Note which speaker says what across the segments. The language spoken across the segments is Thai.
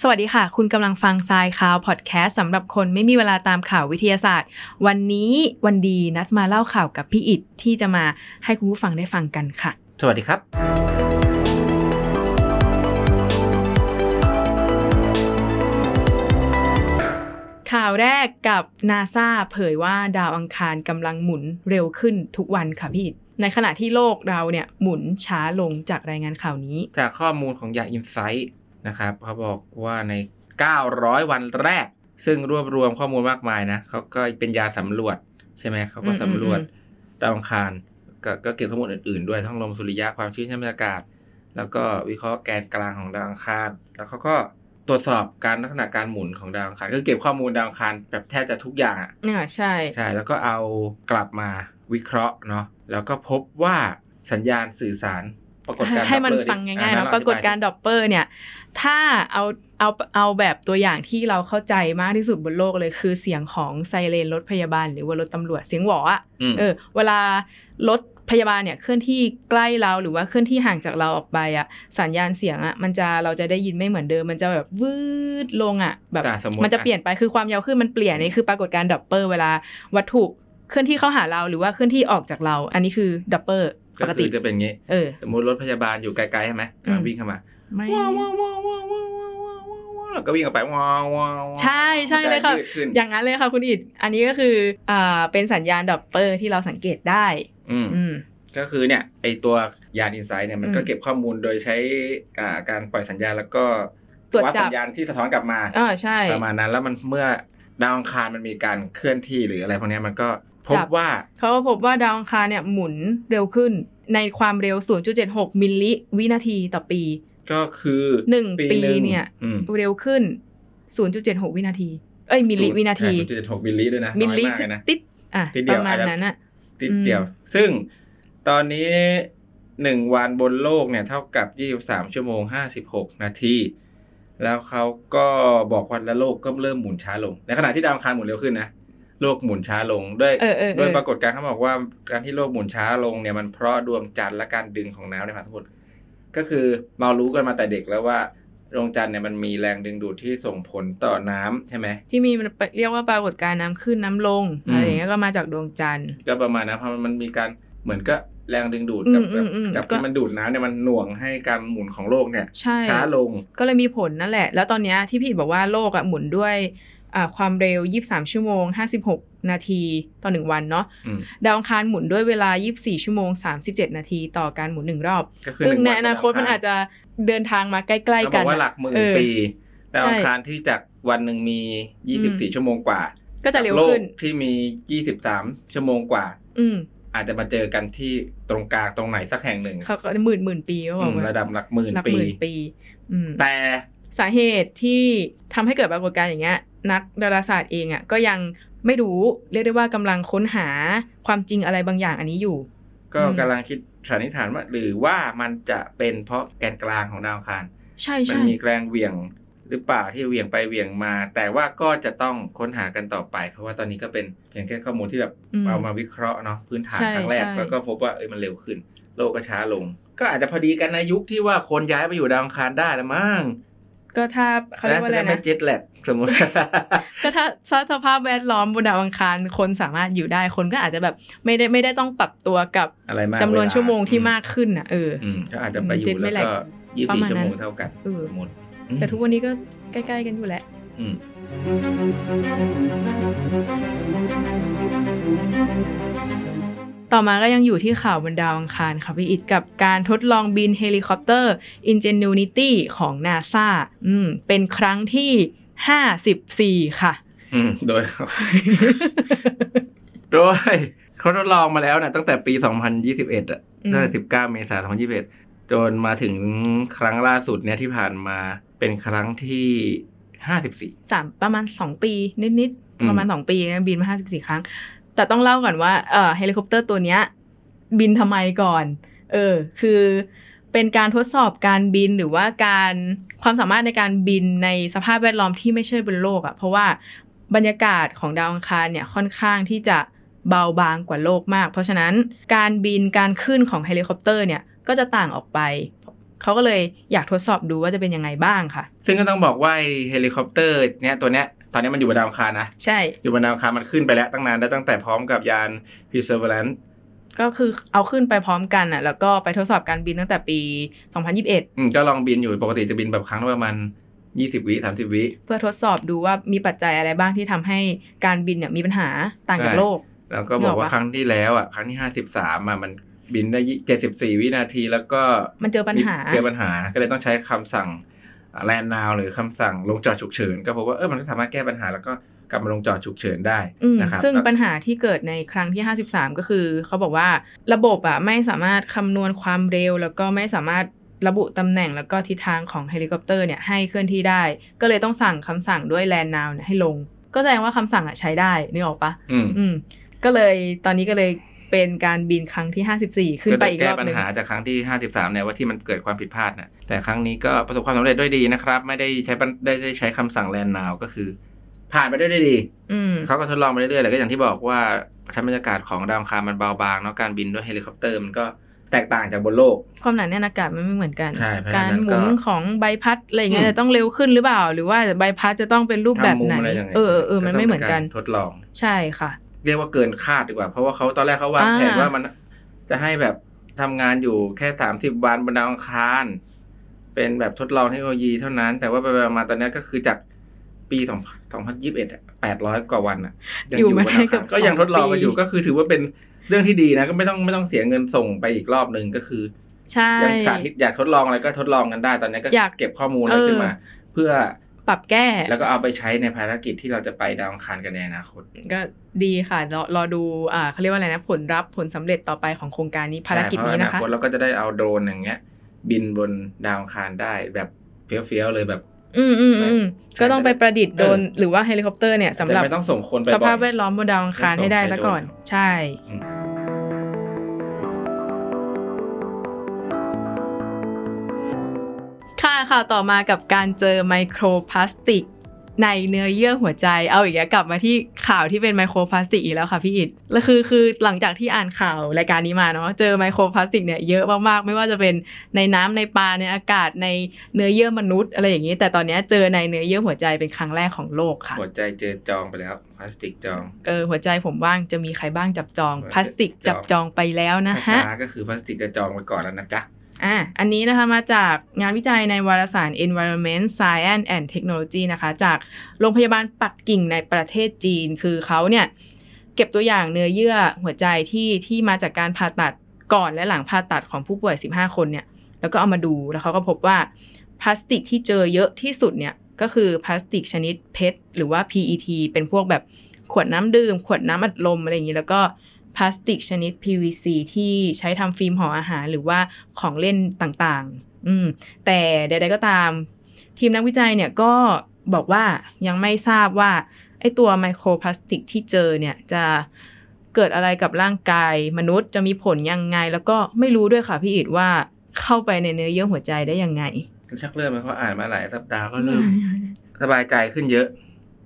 Speaker 1: สวัสดีค่ะ คุณกำลังฟังทรายข่าวพอดแคสต์สำหรับคนไม่มีเวลาตามข่าววิทยาศาสตร์ วันนี้วันดีนัดมาเล่าข่าวกับพี่อิดที่จะมาให้คุณผู้ฟังได้ฟังกันค่ะ
Speaker 2: สวัสดีครับ
Speaker 1: ข่าวแรกกับนาซาเผยว่าดาวอังคารกำลังหมุนเร็วขึ้นทุกวันค่ะพี่อิดในขณะที่โลกเราเนี่ยหมุนช้าลงจากรายงานข่าวนี้
Speaker 2: จากข้อมูลของยาอินไซต์นะครับเขาบอกว่าใน 900 วันแรก ซึ่งรวบรวมข้อมูลมากมายนะเขาก็เป็นยาสำรวจใช่ไหมเขาก็
Speaker 1: อืมอืม
Speaker 2: สำรวจดาวอังคารกก็เก็บข้อมูลอื่นๆ ด้วยทั้งลมสุริยะความชื้นชั้นบรรยากาศ แล้วก็วิเคราะห์แกนกลางของดาวอังคาร แล้วเขาก็ตรวจสอบการลักษณะการหมุนของดาวอังคารก็เก็บข้อมูลดาวอังคารแบบแทบจะทุกอย่างอะ
Speaker 1: อ่าใช่
Speaker 2: ใช่แล้วก็เอากลับมาวิเคราะห์เนาะแล้วก็พบว่าสัญญาณสื่อสารปรากฏการณ์
Speaker 1: ให้มัน
Speaker 2: ดับเบิล
Speaker 1: ฟังง่ายๆ
Speaker 2: อ่
Speaker 1: เนาะปรากฏการณ์
Speaker 2: อธิบ
Speaker 1: ดอปเปอร์เนี่ย ถ้าเอาเอาเอาแบบตัวอย่างที่เราเข้าใจมากที่สุดบนโลกเลยคือเสียงของไซเรนรถพยาบาล หรือว่ารถตำรวจเสียงหวออะ
Speaker 2: ยอืม
Speaker 1: เออเวลารถพยาบาลเนี่ยเคลื่อนที่ใกล้เราหรือว่าเคลื่อนที่ห่างจากเราออกไปอะสัญญาณเสียงอะมันจะเราจะได้ยินไม่เหมือนเดิม มันจะแบบวืดลงอะแบบ
Speaker 2: จ้ะสมมติ
Speaker 1: มันจะเปลี่ยนไปคือความยาวขึ้นมันเปลี่ยนนี่คือปรากฏการณ์ดับเปอร์เวลาวัตถุเคลื่อนที่เข้าหาเราหรือว่าเคลื่อนที่ออกจากเรา อันนี้คือดับเปอร์ปก
Speaker 2: ก็คื
Speaker 1: ติ
Speaker 2: อจะเป็นอย่างงี้
Speaker 1: เออ
Speaker 2: สมมติรถพยาบาลอยู่ไกลๆใช่ไหมกำลังวิ่งเข้ามา
Speaker 1: ไม่
Speaker 2: ว้าวว้าวว้าวว้าวว้าวว้าวว้าวว้าวว้าวแล้วก็วิ่งออกไปว้าวว้าวว้าว
Speaker 1: ใช่ใช่เลยค่ะ
Speaker 2: มันจดขึ้น
Speaker 1: อย่างนั้นเลยค่ะคุณอิดอันนี้ก็คืออ่าเป็นสัญญาณดับเปอร์ที่เราสังเกตได้
Speaker 2: อืม
Speaker 1: อืม
Speaker 2: ก็คือเนี่ยไอตัวยานอินไซต์เนี่ยมันก็
Speaker 1: อืม
Speaker 2: เก็บข้อมูลโดยใช้อ่าการปล่อยสัญญาณแล้วก็
Speaker 1: ตรวจจับ
Speaker 2: ดสัญญาณที่สะท้อนกลับมา
Speaker 1: อ่าใช่
Speaker 2: ประมาณนั้นแล้วมันเมื่อดาวอังคารมันมีการเคลื่อนที่หรืออะไรพวกเนี้ยมันก็พ
Speaker 1: จั
Speaker 2: บบ ว่า
Speaker 1: เขาก็พบว่าดาวอังคารเนี่ยหมุนเร็วขึ้นในความเร็ว 0.76 มิลลิวินาทีต่อปี
Speaker 2: ก็คือ
Speaker 1: หนึ่งปี
Speaker 2: ห
Speaker 1: เนี่ย
Speaker 2: อืม
Speaker 1: เร็วขึ้น 0.76 วินาที เอ้ยมิลลิวินาที
Speaker 2: จุดเจ็ดหกมิลลิด้วยนะ
Speaker 1: มิลลิ
Speaker 2: น้อยากเลยนะ
Speaker 1: ติดอ่ะ
Speaker 2: ติดเดี
Speaker 1: ป
Speaker 2: ยว
Speaker 1: ระมาณ
Speaker 2: อาจจะ
Speaker 1: นั้นอ่ะ
Speaker 2: ติดเดียว
Speaker 1: อืม
Speaker 2: ซึ่งตอนนี้หนึ่งวันบนโลกเนี่ยเท่ากับยี่สามชั่วโมงห้าสิบหกนาที แล้วเขาก็บอกว่าแล้วโลกก็เริ่มหมุนช้าลง ในขณะที่ดาวอังคารหมุนเร็วขึ้นนะโลกหมุนช้าลงด้วย
Speaker 1: เออเออเอ
Speaker 2: ด้วย
Speaker 1: อ
Speaker 2: ปรากฏการณ์เขาบอกว่าการที่โลกหมุนช้าลงเนี่ยมันเพราะดวงจันทร์และการดึงของน้ำในมหาสมุทรก็คือเรารู้กันมาแต่เด็กแล้วว่าดวงจันทร์เนี่ยมันมีแรงดึงดูดที่ส่งผลต่อน้ำใช่ไหม
Speaker 1: ที่มีมันเรียกว่าปรากฏการณ์น้ำขึ้นน้ำลง
Speaker 2: อืม
Speaker 1: อะไรอย่างเงี้ยก็มาจากดวงจันทร์
Speaker 2: ก็ประมาณนั้นเพราะมันมีการเหมือนก็แรงดึงดูดกับ
Speaker 1: อืมอืมอืม
Speaker 2: กับ
Speaker 1: ก็
Speaker 2: ที่มันดูดน้ำเนี่ยมันหน่วงให้การหมุนของโลกเนี่ย
Speaker 1: ใช่
Speaker 2: ช้าลง
Speaker 1: ก็เลยมีผลนั่นแหละ แล้วตอนเนี้ยที่พี่อิฐบอกว่าโลกอะหมุนด้วยอ่าความเร็ว 23 ชั่วโมง 56 นาทีต่อ 1 วันเนาะ
Speaker 2: อืม
Speaker 1: ดาวอังคารหมุนด้วยเวลา 24 ชั่วโมง 37 นาทีต่อการหมุน 1 รอบ
Speaker 2: ก็คือ
Speaker 1: ซึ่ง
Speaker 2: หง
Speaker 1: ใน
Speaker 2: วั
Speaker 1: อนาคตมันอาจจะเดินทางมาใกล้
Speaker 2: เขา
Speaker 1: ๆ
Speaker 2: บ
Speaker 1: กั
Speaker 2: อน กว่าหลั
Speaker 1: อะ
Speaker 2: กหมื่น
Speaker 1: เออ
Speaker 2: ปีดาวอัง
Speaker 1: ใช่
Speaker 2: คารที่จากวันหนึ่งมียี่สิบสี่
Speaker 1: อืม
Speaker 2: ชั่วโมงกว่า
Speaker 1: ก็จะเร็ว
Speaker 2: โลก
Speaker 1: ขึ้น
Speaker 2: ที่มียี่สิบสามชั่วโมงกว่า
Speaker 1: อืม
Speaker 2: อาจจะมาเจอกันที่ตรงกลางตรงไหนสักแห่งหนึ่ง
Speaker 1: เขาก็หมื่นหมื่นปีก็บ
Speaker 2: อื
Speaker 1: อก
Speaker 2: ม
Speaker 1: ว่า
Speaker 2: ระดับหลักหมื่น
Speaker 1: นับ
Speaker 2: ปี
Speaker 1: หมื่นปีอืม
Speaker 2: แต่
Speaker 1: สาเหตุที่ทำให้เกิดปรากฏการณ์อย่างเงี้ยนักดาราศาสตร์เองอ่ะก็ยังไม่รู้เรียกได้ว่ากำลังค้นหาความจริงอะไรบางอย่างอันนี้อยู่
Speaker 2: ก็
Speaker 1: อืม
Speaker 2: กำลังคิดสันนิษฐานว่า หรือว่ามันจะเป็นเพราะแกนกลางของดาวอังคาร
Speaker 1: ใช่
Speaker 2: มั
Speaker 1: ใช่
Speaker 2: มีแรงเหวี่ยงหรือเปล่าที่เหวี่ยงไปเหวี่ยงมา แต่ว่าก็จะต้องค้นหากันต่อไป เพราะว่าตอนนี้ก็เป็นเพียงแค่ข้อมูลที่แบบ
Speaker 1: อืม
Speaker 2: เอามาวิเคราะห์เนาะพื้นฐาน
Speaker 1: ใช่
Speaker 2: ครั้งแรก
Speaker 1: ใช่
Speaker 2: แล้วก็พบว่าเอ้ยมันเร็วขึ้น โลกก็ช้าลง ก็อาจจะพอดีกันในยุคที่ว่าคนย้ายไปอยู่ดาวอังคารได้ละมั้ง
Speaker 1: ก็ถ้าเขาเรียกว่าอะไร
Speaker 2: จด้ไม่
Speaker 1: นะ
Speaker 2: เจ็ตแลกสมมติ
Speaker 1: ก็ถ้าสภาพแวดล้อมบนดาวอังคารคนสามารถอยู่ได้คนก็อาจจะแบบไม่ได้ไม่ได้ต้องปรับตัวกับ
Speaker 2: อะไรมาก
Speaker 1: จำนวน
Speaker 2: เลา
Speaker 1: ชั่วโมงที่
Speaker 2: อื
Speaker 1: มากขึ้นอ่ะเอออ
Speaker 2: อืมก็อาจจะไปอ
Speaker 1: เจ็
Speaker 2: ยู่
Speaker 1: ดไม่
Speaker 2: แล้ว
Speaker 1: แหลก
Speaker 2: ก็ยี่
Speaker 1: ประ
Speaker 2: สี่
Speaker 1: มาณ
Speaker 2: ชั่วโมง
Speaker 1: นั้น
Speaker 2: เท่ากัน
Speaker 1: เออ
Speaker 2: สมมติ
Speaker 1: แต่ทุกวันนี้ก็ใกล้ๆกันอยู่แหละ
Speaker 2: อืม
Speaker 1: ต่อมาก็ยังอยู่ที่ข่าวบนดาวอังคารค่ะพี่อิดกับการทดลองบินเฮลิคอปเตอร์ Ingenuity ของ NASA อืมเป็นครั้งที่ 54 ค่ะ
Speaker 2: อืมโดย โดยเขาทดลองมาแล้วนะตั้งแต่ปี 2021อ่ะ
Speaker 1: อืม
Speaker 2: ตั้งแต่19 เมษายน2021 จนมาถึงครั้งล่าสุดเนี่ยที่ผ่านมาเป็นครั้งที่ 54
Speaker 1: สามประมาณ 2 ปีนิด
Speaker 2: อื
Speaker 1: ๆ
Speaker 2: ม
Speaker 1: ประมาณ 2 ปีนะบินมา 54 ครั้ง แต่ต้องเล่าก่อนว่าเอ่อเฮลิคอปเตอร์ตัวเนี้ยบินทำไมก่อน เออ คือเป็นการทดสอบการบินหรือว่าการความสามารถในการบินในสภาพแวดล้อมที่ไม่ใช่บนโลกอะ่ะ เพราะว่าบรรยากาศของดาวอังคารเนี่ยค่อนข้างที่จะเบาบางกว่าโลกมาก เพราะฉะนั้นการบินการขึ้นของเฮลิคอปเตอร์เนี่ยก็จะต่างออกไป เขาก็เลยอยากทดสอบดูว่าจะเป็นยังไงบ้างค่ะ
Speaker 2: ซึ่งก็ต้องบอกว่าไอ้เฮลิคอปเตอร์เนี้ยตัวเนี้ยตอนนี้มันอยู่บนดาวอังคารนะ
Speaker 1: ใช่
Speaker 2: อยู่บนดาวอังคารมันขึ้นไปแล้วตั้งนานแล้วตั้งแต่พร้อมกับยาน Perseverance
Speaker 1: ก็คือเอาขึ้นไปพร้อมกันอ่ะ แล้วก็ไปทดสอบการบินตั้งแต่ปี 2021
Speaker 2: อืมก็ลองบินอยู่ปกติจะบินแบบครั้งละประมาณยี่สิบวิสามสิบวิ
Speaker 1: เพื่อทดสอบดูว่ามีปัจจัยอะไรบ้างที่ทำให้การบินเนี่ยมีปัญหาต่างจาก
Speaker 2: ใช่
Speaker 1: โลก
Speaker 2: แล้วก็บอก
Speaker 1: นึกออก
Speaker 2: ว่า
Speaker 1: ปะ
Speaker 2: ครั้งที่แล้วอ่ะครั้งที่ห้าสิบสามอ่ะมันบินได้เจ็ดสิบสี่วินาทีแล้วก็
Speaker 1: มันเจอปัญหา
Speaker 2: เจอปัญหาก็เลยต้องใช้คำสั่งแลนนาวหรือคำสั่งลงจอดฉุกเฉิน ก็พบว่าเออมันก็สามารถแก้ปัญหาแล้วก็กลับมาลงจอดฉุกเฉินได้
Speaker 1: อืม
Speaker 2: นะครับ
Speaker 1: ซึ่ง
Speaker 2: แล้ว
Speaker 1: ปัญหาที่เกิดในครั้งที่ 53 ก็คือเขาบอกว่าระบบอ่ะไม่สามารถคำนวณความเร็ว แล้วก็ไม่สามารถระบุตำแหน่งแล้วก็ทิศทางของเฮลิคอปเตอร์เนี่ยให้เคลื่อนที่ได้ ก็เลยต้องสั่งคำสั่งด้วยแลนนาวเนี่ยให้ลง ก็แสดงว่าคำสั่งอ่ะใช้ได้นึกออกปะ
Speaker 2: อืม
Speaker 1: อืม ก็เลยตอนนี้ก็เลยเป็นการบินครั้งที่ 54 ขึ้น
Speaker 2: ก็
Speaker 1: ไป
Speaker 2: ได้
Speaker 1: อีกร
Speaker 2: แก้
Speaker 1: อบ
Speaker 2: ปัญ
Speaker 1: หนึ่ง
Speaker 2: หาจากครั้งที่ 53เนี่ยว่าที่มันเกิดความผิดพลาดน่ะแต่ครั้งนี้ก็ประสบความสำเร็จด้วยดีนะครับ ไม่ได้ใช้ปัญได้ได้ใช้คำสั่งแลนนาวก็คือ ผ่านไปด้วยด้วยดี
Speaker 1: อืม
Speaker 2: เขาก็ทดลองไปเรื่อยๆแหละก็อย่างที่บอกว่าชั้นบรรยากาศของดาวอังคารมันเบาบางเนาะการบินด้วยเฮลิคอปเตอร์มันก็แตกต่างจากบนโลก
Speaker 1: ความหนาแน่นอากาศมันไม่เหมือนกัน
Speaker 2: ใช่เพราะฉะ
Speaker 1: การ
Speaker 2: นั้น
Speaker 1: ห
Speaker 2: ก็
Speaker 1: มุนของใบพัดอะไรอย่างเงี้ย
Speaker 2: อืม
Speaker 1: จะต้องเร็วขึ้นหรือเปล่า หรือว่าใบพัดจะต้องเป็นรูปแบบ
Speaker 2: ทำมุม
Speaker 1: ไหน
Speaker 2: อะไรยังไง
Speaker 1: เออเออเออมันไม่เหมือนกัน
Speaker 2: ทดลอง
Speaker 1: ใช่ค่ะ
Speaker 2: เรียกว่าเกินคาดดีกว่า เพราะว่าเขาตอนแรกเขาวาง
Speaker 1: อ่า
Speaker 2: แผนว่ามันจะให้แบบทำงานอยู่แค่สามสิบวันบนดาวอังคาร เป็นแบบทดลองเทคโนโลยีเท่านั้น แต่ว่าไปๆมาๆตอนนี้ก็คือจากปีสองสองพันยิบเอ็ดแปดร้อยกว่าวันอ่ะง
Speaker 1: อยู่มาได้
Speaker 2: บนดวอังคาร
Speaker 1: เกือบ
Speaker 2: ก็ยังทดลองกันอยู่
Speaker 1: สองปี
Speaker 2: ก็คือถือว่าเป็นเรื่องที่ดีนะ ก็ไม่ต้องไม่ต้องเสียเงินส่งไปอีกรอบหนึ่งก็คือ
Speaker 1: ใช่
Speaker 2: ยังสาธิตอยากทดลองอะไรก็ทดลองกันได้ตอนนี้ก็
Speaker 1: อยาก
Speaker 2: เก็บข้อมูลอะไรขึ้นมา
Speaker 1: เอ
Speaker 2: เพื่อ
Speaker 1: ปรับแก้
Speaker 2: แล้วก็เอาไปใช้ในภารกิจที่เราจะไปดาวอังคารกันในอนาคต
Speaker 1: ก็ดีค่ะ รอรอดูอ่าเขาเรียกว่าอะไรนะ ผลรับผลสำเร็จต่อไปของโครงการนี้ภารกิจนี้นะ
Speaker 2: ใช่เพราอ
Speaker 1: คะ
Speaker 2: ตเราก็จะได้เอาโดรนอย่างเงี้ย บินบนดาวอังคารได้แบบเฟี้ยวๆเลยแบบ
Speaker 1: อืมอืมอืม
Speaker 2: ใช่
Speaker 1: ก็ต้องไปประดิษฐ์โดรน
Speaker 2: เออ
Speaker 1: หรือว่าเฮลิคอปเตอร์เนี่ยสำหรับ
Speaker 2: แต่ไม่ต้องส่งคนไป
Speaker 1: สภาพ
Speaker 2: บ่อย
Speaker 1: แวดล้อมบนดาวอังคารให้ได้
Speaker 2: ไม่
Speaker 1: แล้ว
Speaker 2: ต้องใช้
Speaker 1: ก่อน
Speaker 2: โดรน
Speaker 1: ใช่ ค่ะข่าวต่อมากับการเจอไมโครพลาสติก ในเนื้อเยื่อหัวใจ เอาอีกแล้วกลับมาที่ข่าวที่เป็นไมโครพลาสติกอีกแล้วค่ะพี่อิดแล้วคือคือหลังจากที่อ่านข่าวรายการนี้มาเนาะ เจอไมโครพลาสติกเนี่ยเยอะมากๆ ไม่ว่าจะเป็นในน้ำในปลาในอากาศในเนื้อเยื่อมนุษย์อะไรอย่างนี้ แต่ตอนเนี้ยเจอในเนื้อเยื่อหัวใจเป็นครั้งแรกของโลกค่ะ
Speaker 2: หัวใจเจอจองไปแล้วพลาสติกจอง
Speaker 1: เออหัวใจผมว่างจะมีใครบ้างจับจองพลาสติกจับจองไปแล้วนะ
Speaker 2: ถ้า
Speaker 1: ฮะ
Speaker 2: ช้าก็คือพลาสติกจะจองไปก่อนแล้วนะจ๊ะ
Speaker 1: อ่ะอันนี้นะคะมาจากงานวิจัยในวารสาร Environment Science and Technology นะคะ จากโรงพยาบาลปักกิ่งในประเทศจีน คือเขาเนี่ยเก็บตัวอย่างเนื้อเยื่อหัวใจที่ที่มาจากการผ่าตัดก่อนและหลังผ่าตัดของผู้ป่วย 15 คนเนี่ย แล้วก็เอามาดูแล้วเขาก็พบว่าพลาสติกที่เจอเยอะที่สุดเนี่ยก็คือพลาสติกชนิดเพชรหรือว่า PET เป็นพวกแบบขวดน้ำดื่ม ขวดน้ำอัดลมอะไรอย่างนี้ แล้วก็พลาสติกชนิด PVC ที่ใช้ทำฟิล์มห่ออาหารหรือว่าของเล่นต่างๆ อืมแต่ใดๆก็ตาม ทีมนักวิจัยเนี่ยก็บอกว่ายังไม่ทราบว่าไอตัวไมโครพลาสติกที่เจอเนี่ยจะเกิดอะไรกับร่างกายมนุษย์จะมีผลยังไง แล้วก็ไม่รู้ด้วยค่ะพี่อิดว่าเข้าไปในเนื้อเยื่อหัวใจได้ยังไง
Speaker 2: ชักเริ่มไปเพราะอ่านมาหลายสัปดาห์ก็เริ่มสบายใจขึ้นเยอะ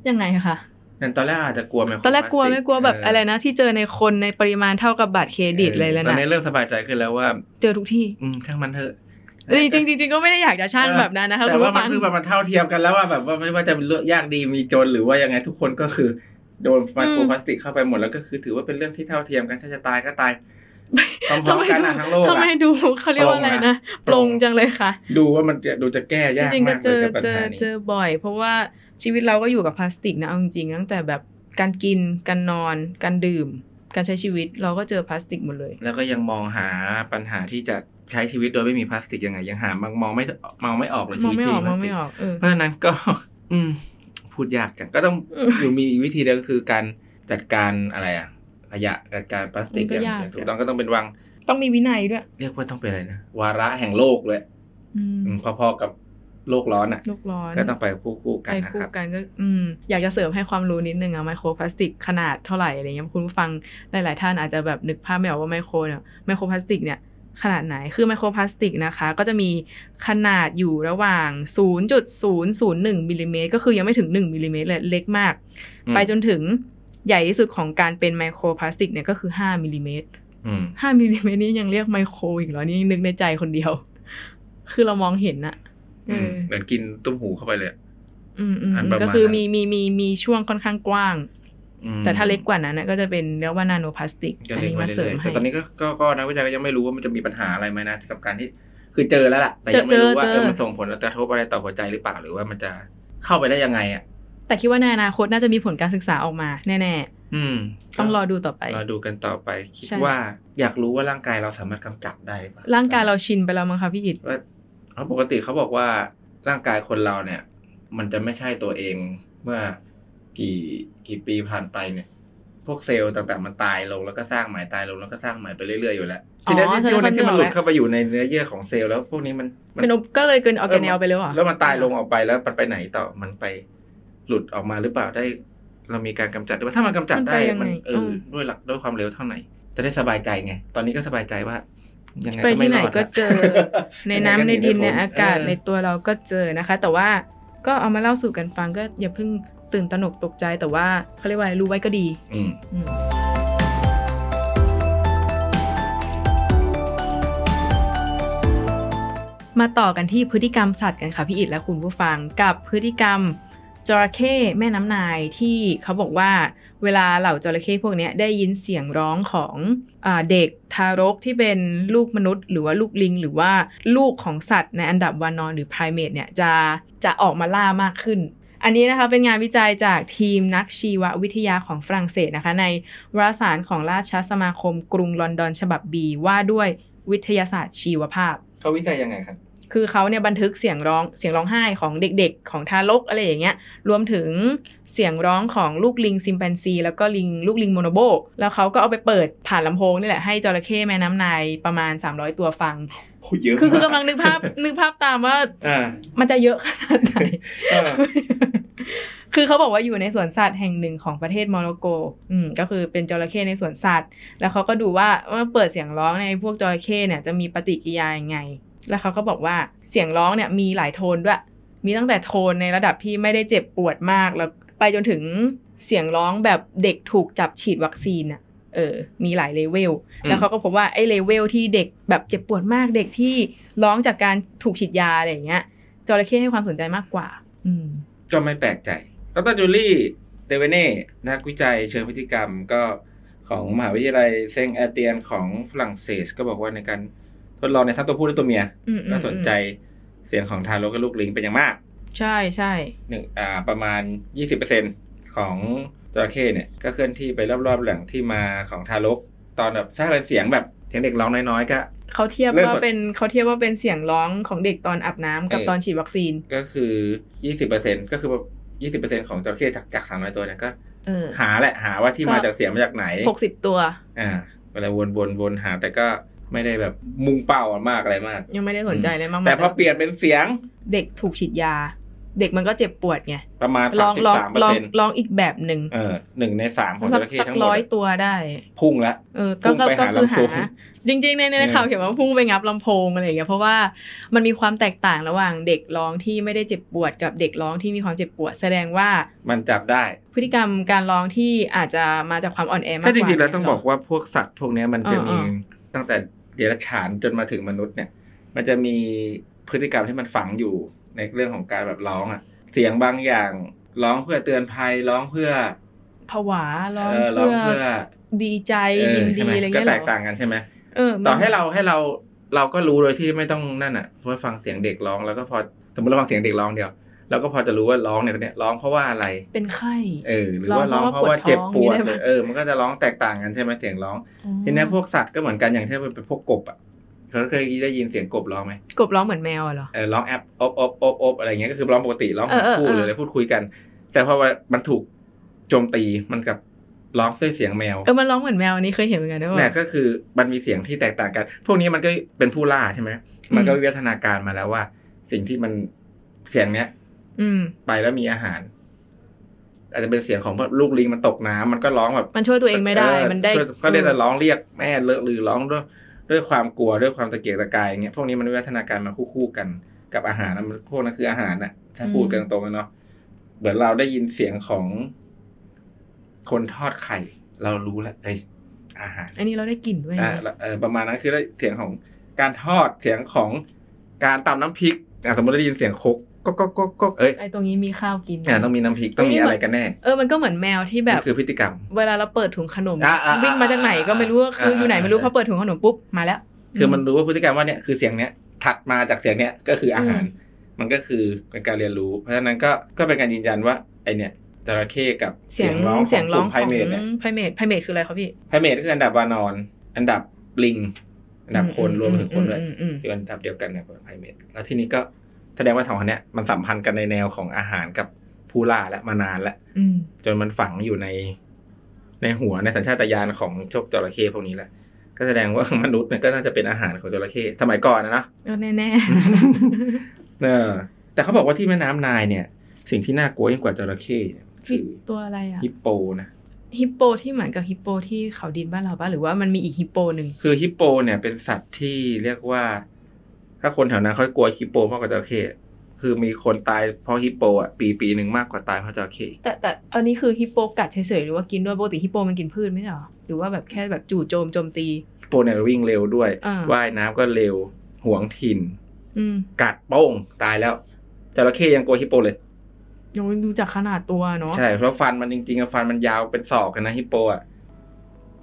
Speaker 1: ยังไงคะ
Speaker 2: นั่นตอนแรกอาจจะกลัวไหม
Speaker 1: ตอนแรกกลัวไม่กลัวแบบ
Speaker 2: เ
Speaker 1: อะไรนะ ที่เจอในคนในปริมาณเท่ากับบัตรเครดิตอะไรแล้ว
Speaker 2: ตอ
Speaker 1: นะ
Speaker 2: นนี้เริ่มสบายใจขึ้นแล้วว่า
Speaker 1: เจอทุกที่
Speaker 2: อืมช่างมันเถอะ
Speaker 1: เออจริงๆจริงๆก็ไม่ได้อยากจะช่าง
Speaker 2: เออ
Speaker 1: แบบนั้นนะคะ
Speaker 2: แต่
Speaker 1: คุณ
Speaker 2: ว่า
Speaker 1: ผู้
Speaker 2: มั
Speaker 1: ฟั
Speaker 2: น
Speaker 1: ง
Speaker 2: คือแบบมันเท่าเทียมกันแล้วว่าแบบว่าไม่ว่าจะเลือกยากดีมีจนหรือว่ายังไงทุกคนก็คือโดนไมโครพลาสติกเข้าไปหมดแล้วก็คือถือว่าเป็นเรื่องที่เท่าเทียมกันถ้าจะตายก็ตายพร้อมๆกันอะทั้งโลก
Speaker 1: ทำไม
Speaker 2: อะ
Speaker 1: ดูเขาเรียกว่าอะไรนะป
Speaker 2: ป
Speaker 1: ล
Speaker 2: ล
Speaker 1: ง
Speaker 2: งนะ
Speaker 1: จังเลยค่ะ
Speaker 2: ดูว่ามันจะดูจะแก้
Speaker 1: จ
Speaker 2: ยาก
Speaker 1: ริงๆก็
Speaker 2: มาก
Speaker 1: เจ
Speaker 2: เลย
Speaker 1: อ
Speaker 2: กับปัญ
Speaker 1: เจอ
Speaker 2: หานี้
Speaker 1: เจอบ่อย เพราะว่าชีวิตเราก็อยู่กับพลาสติกนะเอาจริงๆตั้งแต่แบบการกินการนอนการดื่ม การใช้ชีวิตเราก็เจอพลาสติกหมดเลย
Speaker 2: แล้วก็ยังมองหาปัญหาที่จะใช้ชีวิตโดยไม่มีพลาสติกยังไงยังหามองมองไม่มองไม่ออกเลย
Speaker 1: ม
Speaker 2: ชี
Speaker 1: อง
Speaker 2: วิต
Speaker 1: ไม่อ
Speaker 2: ที่
Speaker 1: อก
Speaker 2: มีพ
Speaker 1: มอ
Speaker 2: ลา
Speaker 1: ง
Speaker 2: สติ
Speaker 1: ไม่
Speaker 2: ก
Speaker 1: ออกเออ
Speaker 2: เพราะฉะนั้นก็ อืม พูดยากจังก็ต้อง
Speaker 1: อืม
Speaker 2: อยู่มีวิธีเดียวก็คือการจัดการอะไรอะขยะจัดการพลาสติก
Speaker 1: มันก็
Speaker 2: อย่าง
Speaker 1: ยาก
Speaker 2: อย่างถูกต้องก็ต้องเป็นวาง
Speaker 1: ต้องมีวินัยด้วย
Speaker 2: เรียกว่าต้องเป็นอะไรนะ วาระแห่งโลกเลย
Speaker 1: อืม
Speaker 2: อืมพอๆกับโลกร้อนอ่ะ
Speaker 1: โลกร้อน
Speaker 2: ก็ต้องไปคู่ๆกัน
Speaker 1: ไป
Speaker 2: นะ
Speaker 1: คู่
Speaker 2: ครับ
Speaker 1: กันก็อืมอยากจะเสริมให้ความรู้นิดนึงอะไมโครพลาสติกขนาดเท่าไหร่อะไรเงี้ยคุณผู้ฟังหลาย ๆ ท่านอาจจะแบบนึกภาพไม่ออกว่าไมโครเนี่ยไมโครพลาสติกเนี่ยขนาดไหนคือไมโครพลาสติกนะคะ ก็จะมีขนาดอยู่ระหว่าง 0.001มิลลิเมตรก็คือยังไม่ถึง 1มิลลิเมตรเลยเล็กมาก
Speaker 2: อืม
Speaker 1: ไปจนถึงใหญ่ที่สุดของการเป็นไมโครพลาสติกเนี่ยก็คือ 5มิลลิเมตร
Speaker 2: อืม
Speaker 1: 5มิลลิเมตรนี่ยังเรียกไมโครอีกเหรอนี่ยังนึกในใจคนเดียว คือเรามองเห็นอะเอ
Speaker 2: อืม
Speaker 1: อ
Speaker 2: เหมือนกินตุ้มหูเข้าไปเลย
Speaker 1: อืมอืม
Speaker 2: อันประมาณ
Speaker 1: ก็คือมีมีมีมีช่วงค่อนข้างกว้าง
Speaker 2: อืม
Speaker 1: แต่ถ้าเล็กกว่านั้นนะก็จะเป็นเรียกว่านาโนพลาสติก
Speaker 2: ก็
Speaker 1: อัน
Speaker 2: เล็ก
Speaker 1: นี้
Speaker 2: มา
Speaker 1: มาเสริ
Speaker 2: เรื่อย
Speaker 1: ม
Speaker 2: ๆ
Speaker 1: ให้
Speaker 2: แต่ตอนนี้ก็ก็ก็นักวิจัยก็ยังไม่รู้ว่ามันจะมีปัญหาอะไรไหมนะกับการที่ คือเจอแล้วล่ะ แต่ยังไม่รู้ว่า
Speaker 1: เจอเจอ
Speaker 2: เออมันส่งผลกระทบอะไรต่อหัวใจหรือเปล่าหรือว่ามันจะเข้าไปได้ยังไงอ่ะ
Speaker 1: แต่คิดว่าในอนาคตน่าจะมีผลการศึกษาออกมาแน่
Speaker 2: อืม
Speaker 1: ๆ ต้องรอดูต่อไป
Speaker 2: รอดูกันต่อไปคิด
Speaker 1: ใช่
Speaker 2: ว่าอยากรู้ว่าร่างกายเราสามารถกำจัดได้หรือเปล่า
Speaker 1: ร่างกายเราชินไปแล้วมั้งคะพี่อิด
Speaker 2: ว่าเขาปกติเขาบอกว่าร่างกายคนเราเนี่ย มันจะไม่ใช่ตัวเองเมื่อกี่กี่ปีผ่านไปเนี่ย พวกเซลล์ต่างๆมันตายลงแล้วก็สร้างใหม่ตายลงแล้วก็สร้างใหม่ไปเรื่อยๆอยู่แล้ว
Speaker 1: อ๋อ
Speaker 2: ทีนี้ที่
Speaker 1: ใช่
Speaker 2: ที่วันนี้ที่มันหลุ
Speaker 1: ใช่
Speaker 2: ดเข้าไปอยู่ในเนื้อเยื่อของเซลล์แล้วพวกนี้มันมั
Speaker 1: เป็นก็เลยเกินออร์แกเนลไปเลยเหรอ
Speaker 2: แล้วมันตายลงออกไปแล้วมันไปไหนต่อมันไปหลุดออกมาหรือเปล่าได้ เรามีการกำจัดหรือว่าถ้ามันกำจัดได้
Speaker 1: มันไปยังไง
Speaker 2: มันเออ
Speaker 1: ม
Speaker 2: อด้วยหลักด้วยความเร็วเท่าไหร่จะได้สบายใจไงตอนนี้ก็สบายใจว่ายังไง
Speaker 1: ไป
Speaker 2: ก็
Speaker 1: ที่
Speaker 2: ไม่
Speaker 1: ไหน
Speaker 2: รอด
Speaker 1: ก็
Speaker 2: อะ
Speaker 1: เจอ ในน้ำในดินในอากาศ
Speaker 2: เออ
Speaker 1: ในตัวเราก็เจอนะคะ แต่ว่าก็เอามาเล่าสู่กันฟังก็อย่าเพิ่งตื่นตระหนกตกใจแต่ว่าเขาเรียกว่าอะไรรู้ไว้ก็ดี
Speaker 2: อืม
Speaker 1: อืมมาต่อกันที่พฤติกรรมสัตว์กันค่ะพี่อิดและคุณผู้ฟังกับพฤติกรรมจระเข้แม่น้ำนายที่เขาบอกว่า เวลาเหล่าจระเข้พวกเนี้ยได้ยินเสียงร้องของอาเด็กทารกที่เป็นลูกมนุษย์ หรือว่าลูกลิง หรือว่าลูกของสัตว์ในอันดับวานอนหรือไพรเมตเนี่ยจะจะออกมาล่ามากขึ้น อันนี้นะคะเป็นงานวิจัยจากทีมนักชีววิทยาของฝรั่งเศสนะคะในวารสารของราชสมาคมกรุงลอนดอนฉบับบีว่าด้วยวิทยาศาสตร์ชีวภาพ
Speaker 2: เขาวิจัยยังไงครับ
Speaker 1: คือเขาเนี่ยบันทึกเสียงร้องเสียงร้องไห้ของเด็กๆ ของทารกอะไรอย่างเงี้ยรวมถึงเสียงร้องของลูกลิงซิมแปนซี แล้วก็ลิงลูกลิงโมโนโบ แล้วเขาก็เอาไปเปิดผ่านลำโพงนี่แหละให้จระเข้แม่น้ำนายประมาณ 300 ตัวฟัง
Speaker 2: เยอะ
Speaker 1: คือคือกำลังนึกภาพ นึกภาพตามว่า
Speaker 2: อ่า
Speaker 1: มันจะเยอะขนาดไหน
Speaker 2: เออ
Speaker 1: คือเขาบอกว่าอยู่ในสวนสัตว์แห่งหนึ่งของประเทศโมร็อกโก อืมก็คือเป็นจระเข้ในสวนสัตว์ แล้วเขาก็ดูว่าเมื่อเปิดเสียงร้องในพวกจระเข้เนี่ยจะมีปฏิกิริยายังไง แล้วเขาก็บอกว่าเสียงร้องเนี่ยมีหลายโทนด้วย มีตั้งแต่โทนในระดับที่ไม่ได้เจ็บปวดมากแล้วไปจนถึงเสียงร้องแบบเด็กถูกจับฉีดวัคซีนอ่ะ เออ มีหลายเลเวล
Speaker 2: อืม
Speaker 1: แล้วเขาก็พบว่าไอ้เลเวลที่เด็กแบบเจ็บปวดมากเด็กที่ร้องจากการถูกฉีดยาอะไรอย่างเงี้ยจระเข้ให้ความสนใจมากกว่า อืม
Speaker 2: ก็ไม่แปลกใจดรจูลี่เดเวเน่นักวิจัยเชิงพฤติกรรมก็ของมหาวิทยาลัยเซงแอเตียนของฝรั่งเศส ก็บอกว่าในการทดลองในทั้งตัวผู้และตัวเมีย
Speaker 1: อืมอืม
Speaker 2: ก็สนใจเสียงของทารกกับลูกลิงเป็นอย่างมาก
Speaker 1: ใช่ใช่
Speaker 2: หนึ่งอ่าประมาณ 20%ของจระเข้เนี่ย ก็เคลื่อนที่ไปรอบๆแหล่งที่มาของทารก ตอนแบบถ้าเป็นเสียงแบบเสียงเด็กร้องน้อยๆก็
Speaker 1: เขาเทียบ
Speaker 2: เริ่ม
Speaker 1: ว่า
Speaker 2: สน
Speaker 1: เป็นเขาเทียบว่าเป็นเสียงร้องของเด็กตอนอาบน้ำกับ
Speaker 2: เออ
Speaker 1: ตอนฉีดวัคซีน
Speaker 2: ก็คือยี่สิบเปอร์เซ็นก็คือยี่สิบเปอร์เซ็นของจระเข้จากจากสามร้อยตัวเนี่ยก็
Speaker 1: เออ
Speaker 2: หาแหละหาว่าที่
Speaker 1: ก็
Speaker 2: มาจากเสียงมาจากไหน
Speaker 1: หกสิบตัว
Speaker 2: อ่าเวลาวนวนวนหา แต่ก็ไม่ได้แบบมุ่งเป้ามากอะไรมาก
Speaker 1: ยังไม่ได้สนใจเลยมากมาย
Speaker 2: แต่พอเปลี่ยนเป็นเสียง
Speaker 1: เด็กถูกฉีดยา เด็กมันก็เจ็บปวดไง
Speaker 2: ประมาณ
Speaker 1: ล
Speaker 2: สา
Speaker 1: อ
Speaker 2: ม
Speaker 1: ง
Speaker 2: สิ
Speaker 1: ล
Speaker 2: บ
Speaker 1: อง
Speaker 2: สามเปอ
Speaker 1: ล
Speaker 2: ร์
Speaker 1: อง
Speaker 2: เซ็นต์
Speaker 1: ลองอีกแบบหนึ่ง
Speaker 2: เออหนึ่งในสามของจ
Speaker 1: สัก
Speaker 2: ระเข้
Speaker 1: สัก
Speaker 2: ทั้งหม
Speaker 1: ร้
Speaker 2: ด
Speaker 1: อยตัวได้
Speaker 2: พุ่งละ
Speaker 1: เออก็
Speaker 2: พุ่งไป
Speaker 1: ก็
Speaker 2: หา
Speaker 1: คือหา
Speaker 2: ลำโพง
Speaker 1: จริงๆในใน
Speaker 2: เออ
Speaker 1: ข่าวเขียนว่าพุ่งไปงับลำโพงอะไรอย่างเงี้ยเพราะว่ามันมีความแตกต่างระหว่างเด็กร้องที่ไม่ได้เจ็บปวดกับเด็กร้องที่มีความเจ็บปวด แสดงว่า
Speaker 2: มันจับได้
Speaker 1: พฤติกรรมการร้องที่อาจจะมาจากความอ่อนแอมากก
Speaker 2: ถ้า
Speaker 1: ว่า
Speaker 2: จริงๆแล้วต้อง
Speaker 1: ห
Speaker 2: บอกว่าพวกสัตว์พวกเนี้ยมันจะมี
Speaker 1: เออ
Speaker 2: ตั้งแต่เดรัจฉานจนมาถึงมนุษย์เนี่ย มันจะมีพฤติกรรมที่มันฝังอยู่ในเรื่องของการแบบร้องอ่ะเสียงบางอย่างร้องเพื่อเตือนภัยร้องเพื่อ
Speaker 1: ผวาร้อง
Speaker 2: เออร้อง
Speaker 1: เพื่
Speaker 2: เพื่
Speaker 1: อ
Speaker 2: อ
Speaker 1: ดีใจ
Speaker 2: เ
Speaker 1: ยิน
Speaker 2: ใช่
Speaker 1: ดี
Speaker 2: หม
Speaker 1: อะไรเงี้ย
Speaker 2: ก็
Speaker 1: เหร
Speaker 2: แต
Speaker 1: อก
Speaker 2: ต่างกันใช่ไหม
Speaker 1: เออมัน
Speaker 2: ต่อให้เราให้เราเราก็รู้โดยที่ไม่ต้องนั่นอ่ะเพราะฟังเสียงเด็กร้องแล้วก็พอสมมติเราฟังเสียงเด็กร้องเดียวเราก็พอจะรู้ว่าร้องเนี่ยคนเนี่ยร้องเพราะว่าอะไร
Speaker 1: เป็นไข้
Speaker 2: เออ หรือว่าร้องเพราะว่าเจ็บปวดหรือเออมันก็จะร้องแตกต่างกันใช่ไหมเสียงร้อง ทีเนี้ยพวกสัตว์ก็เหมือนกันอย่างเช่นเป็นพวกกบอ่ะเขาเคยได้ยินเสียงกบร้องไหม
Speaker 1: กบร้องเหมือนแมวอะเหรอ
Speaker 2: เออร้องแอบอบอบอบอบอะไรเงี้ยก็คือร้องปกติร้อง
Speaker 1: เออเออ
Speaker 2: คู่
Speaker 1: เออ
Speaker 2: หรือ
Speaker 1: อ
Speaker 2: อะไรพูดคุยกัน แต่พอมันถูกโจมตีมันกับร้องด้วยเสียงแมว
Speaker 1: เออมันร้องเหมือนแมวอันนี้เคยเห็นเหมือนกันด้วย
Speaker 2: เนี่ย
Speaker 1: ว่า
Speaker 2: ก็คือมันมีเสียงที่แตกต่างกัน พวกนี้มันก็เป็นผู้ล่าใช่ไหม
Speaker 1: อืม
Speaker 2: มันก็วิวัฒนาการมาแล้วว่า สิ่งที่มันเสียงเนี้ย
Speaker 1: อืม
Speaker 2: ไปแล้วมีอาหาร อาจจะเป็นเสียงของลูกลิงมันตกน้ำมันก็ร้องแบบ
Speaker 1: มันช่วยตัวเองไม่ได้มันได้
Speaker 2: ช่วยก็ได้แต่ร้องเรียกแม่เลอะหรือร้องด้วยด้วยความกลัวด้วยความตะเกียกตะกายอย่างเงี้ยพวกนี้มันวิวัฒนาการมาคู่ๆกันกับอาหารนะมันพวกนั้นคืออาหารน่ะ ถ้าพูดกันตรงๆเนาะเหมือนเราได้ยินเสียงของคนทอดไข่ เรารู้แล้วเอ้ยอาหาร
Speaker 1: อันนี้เราได้กลิ่นด้วย
Speaker 2: อ่า
Speaker 1: นะ
Speaker 2: แล้วเอ่อประมาณนั้นคือได้เสียงของการทอดเสียงของ การตำน้ำพริกอ่ะสมมติได้ยินเสียงครกก็ก็ก็ก็เอ้ย
Speaker 1: ไอ้ตรงนี้มีข้าวกิน
Speaker 2: อ่ะต้องมีน้ำพริกต้องมีอะไรกันแน่
Speaker 1: เออมันก็เหมือนแมวที่แบบ
Speaker 2: นี่คือพฤติกรรม
Speaker 1: เวลาเราเปิดถุงขนม
Speaker 2: อ่ะอ่ะ
Speaker 1: วิ่งมาจากไหนก็ไม่รู้ว่าคืออยู่ไหนไม่รู้พ
Speaker 2: อ่ะ
Speaker 1: อเปิดถุงขนมปุ๊บมาแล้ว
Speaker 2: คือมันรู้ว่าพฤติกรรมว่าเนี่ยคือเสียงเนี้ยถัดมาจากเสียงเนี้ยก็คืออาหาร มันก็คือเป็นการเรียนรู้ เพราะฉะนั้นก็ก็เป็นการยืนยันว่าไอเนี่ยจระเข้กับ
Speaker 1: เสียงร้อง
Speaker 2: ข
Speaker 1: เสียงร้อง
Speaker 2: กลุ่มไพ
Speaker 1: ของ
Speaker 2: เมทเนี่ย
Speaker 1: ไพเมทไพเมทคืออะไรครับพี่
Speaker 2: ไพเมทก็คืออันดับวานอน อันดับลิง อันดับคนรวมถึงคนด้วย
Speaker 1: อืมอืม
Speaker 2: คืออันดับเดียวกันเนี่ยไพเมทแล้วทีนี้ก็แสดงว่าสองคนเนี้ยมันสัมพันธ์กันในแนวของอาหารกับผู้ล่าและมานานและ
Speaker 1: อืม
Speaker 2: จนมันฝังอยู่ในในหัวในสัญชาตญาณของโชคจระเข้พวกนี้แหละ ก็แสดงว่ามนุษย์เนี่ยก็น่าจะเป็นอาหารของจระเข้สมัยก่อนนะเนาะ
Speaker 1: ก็แน่แน่
Speaker 2: เออแต่เขาบอกว่าที่แม่น้ำนายเนี่ย สิ่งที่น่ากลัวยิ่งกว่าจระเข้เนี่ย
Speaker 1: ๆ
Speaker 2: คื
Speaker 1: พี่
Speaker 2: อ
Speaker 1: ตัวอะไรอ่ะ
Speaker 2: ฮิปโปนะ
Speaker 1: ฮิปโปที่เหมือนกับฮิปโปที่เขาดินบ้านเราปะหรือว่ามันมีอีกฮิปโปหนึ่ง
Speaker 2: คือฮิปโปเนี่ยเป็นสัตว์ที่เรียกว่า ถ้าคนแถวนั้นเขากลัวฮิปโปมากกว่าจระเข้คือมีคนตายเพราะฮิปโปอ่ะปีปีหนึ่งมากกว่าตายเพราะจระเข้
Speaker 1: แต่แต่อันนี้คือฮิปโปกัดเฉยๆหรือว่ากินด้วยปกติฮิปโปมันกินพืชไม่ใช่หรอหรือว่าแบบแค่แบบจู่โจมโจมตี
Speaker 2: ฮิปโปเนี่ยวิ่งเร็วด้วย
Speaker 1: อ่า
Speaker 2: ว่ายน้ำก็เร็วหวงถิ่น
Speaker 1: อืม
Speaker 2: กัดโป้งตายแล้วจระเข้ยังกลัวฮิปโปเลย
Speaker 1: ยังไม่รู้จักขนาดตัวเนาะ
Speaker 2: ใช่เพราะฟันมันจริงๆอะฟันมันยาวเป็นศอกเลยนะฮิปโปอ่ะ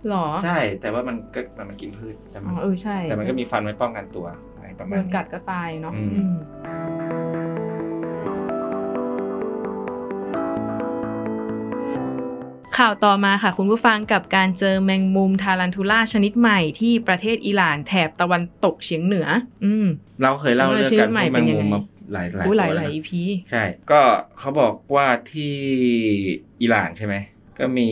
Speaker 1: หรอ
Speaker 2: ใช่ แต่ว่ามันก็มันกินพืชแต่มั
Speaker 1: อ๋
Speaker 2: น
Speaker 1: อเออใช่
Speaker 2: แต่มันก็มีฟันไว้ป้องกันตัวอะไรประมา
Speaker 1: โด
Speaker 2: ณ
Speaker 1: น
Speaker 2: นี้
Speaker 1: กัดก็ตายเนาะ
Speaker 2: อืม
Speaker 1: อืมข่าวต่อมาค่ะ คุณผู้ฟังกับการเจอแมงมุมทารันทูล่าชนิดใหม่ที่ประเทศอิหร่านแถบตะวันตกเฉียงเหนือ อืม
Speaker 2: เราเคยเล่าเรื่
Speaker 1: เอ
Speaker 2: องการ
Speaker 1: อชื่อใหม่
Speaker 2: พวกแม
Speaker 1: เป็น
Speaker 2: ง
Speaker 1: ยัง
Speaker 2: มุ
Speaker 1: ไง
Speaker 2: มมาหลายหลาย
Speaker 1: อู้หลาย
Speaker 2: ตั
Speaker 1: ว ห
Speaker 2: แล้
Speaker 1: ลา
Speaker 2: วย นะ
Speaker 1: EP
Speaker 2: ใช่ ก็เขาบอกว่าที่อิหร่านใช่ไหม ก็มี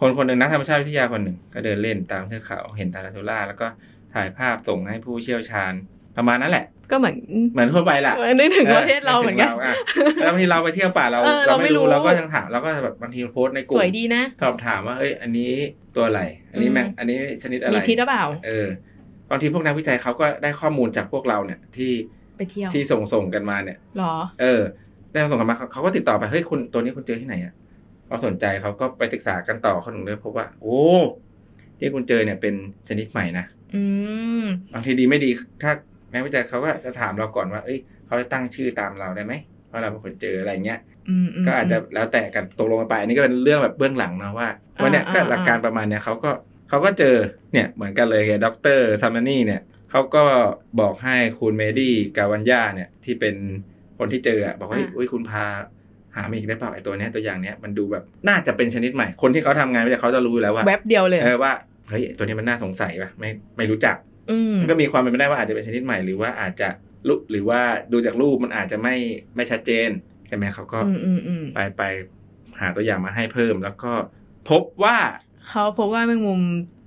Speaker 2: คนคนหนึ่งนักธรรมชาติวิทยาคนหนึ่ง ก็เดินเล่นตามเทือกเขาเห็นทาราโทล่า แล้วก็ถ่ายภาพส่งให้ผู้เชี่ยวชาญ ประมาณนั้นแหละ
Speaker 1: ก็เหมือน
Speaker 2: เหมือนทั่วไปแหละ
Speaker 1: เออนึกถึงประเทศเราเหมือนกัน
Speaker 2: ะแล้วบางทีเราไปเที่ยวป่าเรา
Speaker 1: เออ
Speaker 2: เรา
Speaker 1: เราไม่
Speaker 2: ไม่รู้
Speaker 1: รู้
Speaker 2: เราก็ยังถามเราก็แบบบางทีโพสต์ในก
Speaker 1: ส
Speaker 2: ลุ่ม
Speaker 1: วยดีนะ
Speaker 2: สอบถามว่าเอ้ยอันนี้ตัวอะไร อันนี้แมงอันนี้ชนิดอะไร
Speaker 1: มีพิษหรือเปล่า
Speaker 2: เออบางทีพวกนักวิจัยเขาก็ได้ข้อมูลจากพวกเราเนี่ยที่
Speaker 1: ไปเที่ยว
Speaker 2: ที่ส่งส่งกันมาเนี่ย
Speaker 1: หรอ
Speaker 2: เออ ได้ส่งกันมาเขาเขาก็ติดต่อไป เฮ้ยคุณตัวนี้คุณเจอที่ไหนอะเราสนใจเขาก็ไปศึกษากันต่อเขาถึงได้พบว่า โอ้ ที่คุณเจอเนี่ยเป็นชนิดใหม่นะ
Speaker 1: อืม
Speaker 2: บางทีดีไม่ดี ถ้านักวิจัยเขาก็จะถามเราก่อนว่า เอ้ย เขาจะตั้งชื่อตามเราได้ไหมเพราะเราเป็นคนเจออะไรเงี้ย
Speaker 1: อืมม
Speaker 2: ก็อาจจะแล้วแต่กันตกลงกันไป อันนี้ก็เป็นเรื่องแบบเบื้องหลังเนาะว่าวันเนี้ย
Speaker 1: อ่า
Speaker 2: ก็
Speaker 1: อ่า
Speaker 2: หลักการประมาณเนี้ยเขาก็เขาก็เจอเนี่ยเหมือนกันเลยด็อกเตอร์ซามานี่เนี่ยเขาก็บอกให้คุณเมดี้กาวันยาเนี่ยที่เป็นคนที่เจออะบอกว่าเฮ้ยอุ้ยคุณพาหามาอีกได้เปล่าไอ้ตัวเนี้ยตัวอย่างเนี้ยมันดูแบบน่าจะเป็นชนิดใหม่ คนที่เขาทำงานไปเขาจะรู้อยู่แล้วว่า
Speaker 1: แวบเดียวเลย
Speaker 2: เออว่าเฮ้ยไอ้ตัวนี้มันน่าสงสัยป่ะไม่ไม่รู้จัก
Speaker 1: อืม
Speaker 2: มันก็มีความเป็นไปได้ว่าอาจจะเป็นชนิดใหม่หรือว่าอาจจะรูหรือว่าดูจากรูปมันอาจจะไม่ไม่ชัดเจนใช่ไหมเขาก็
Speaker 1: อืมอืมอืม
Speaker 2: ไปไปหาตัวอย่างมาให้เพิ่มแล้วก็พบว่า
Speaker 1: เขาพบว่าแมงมุม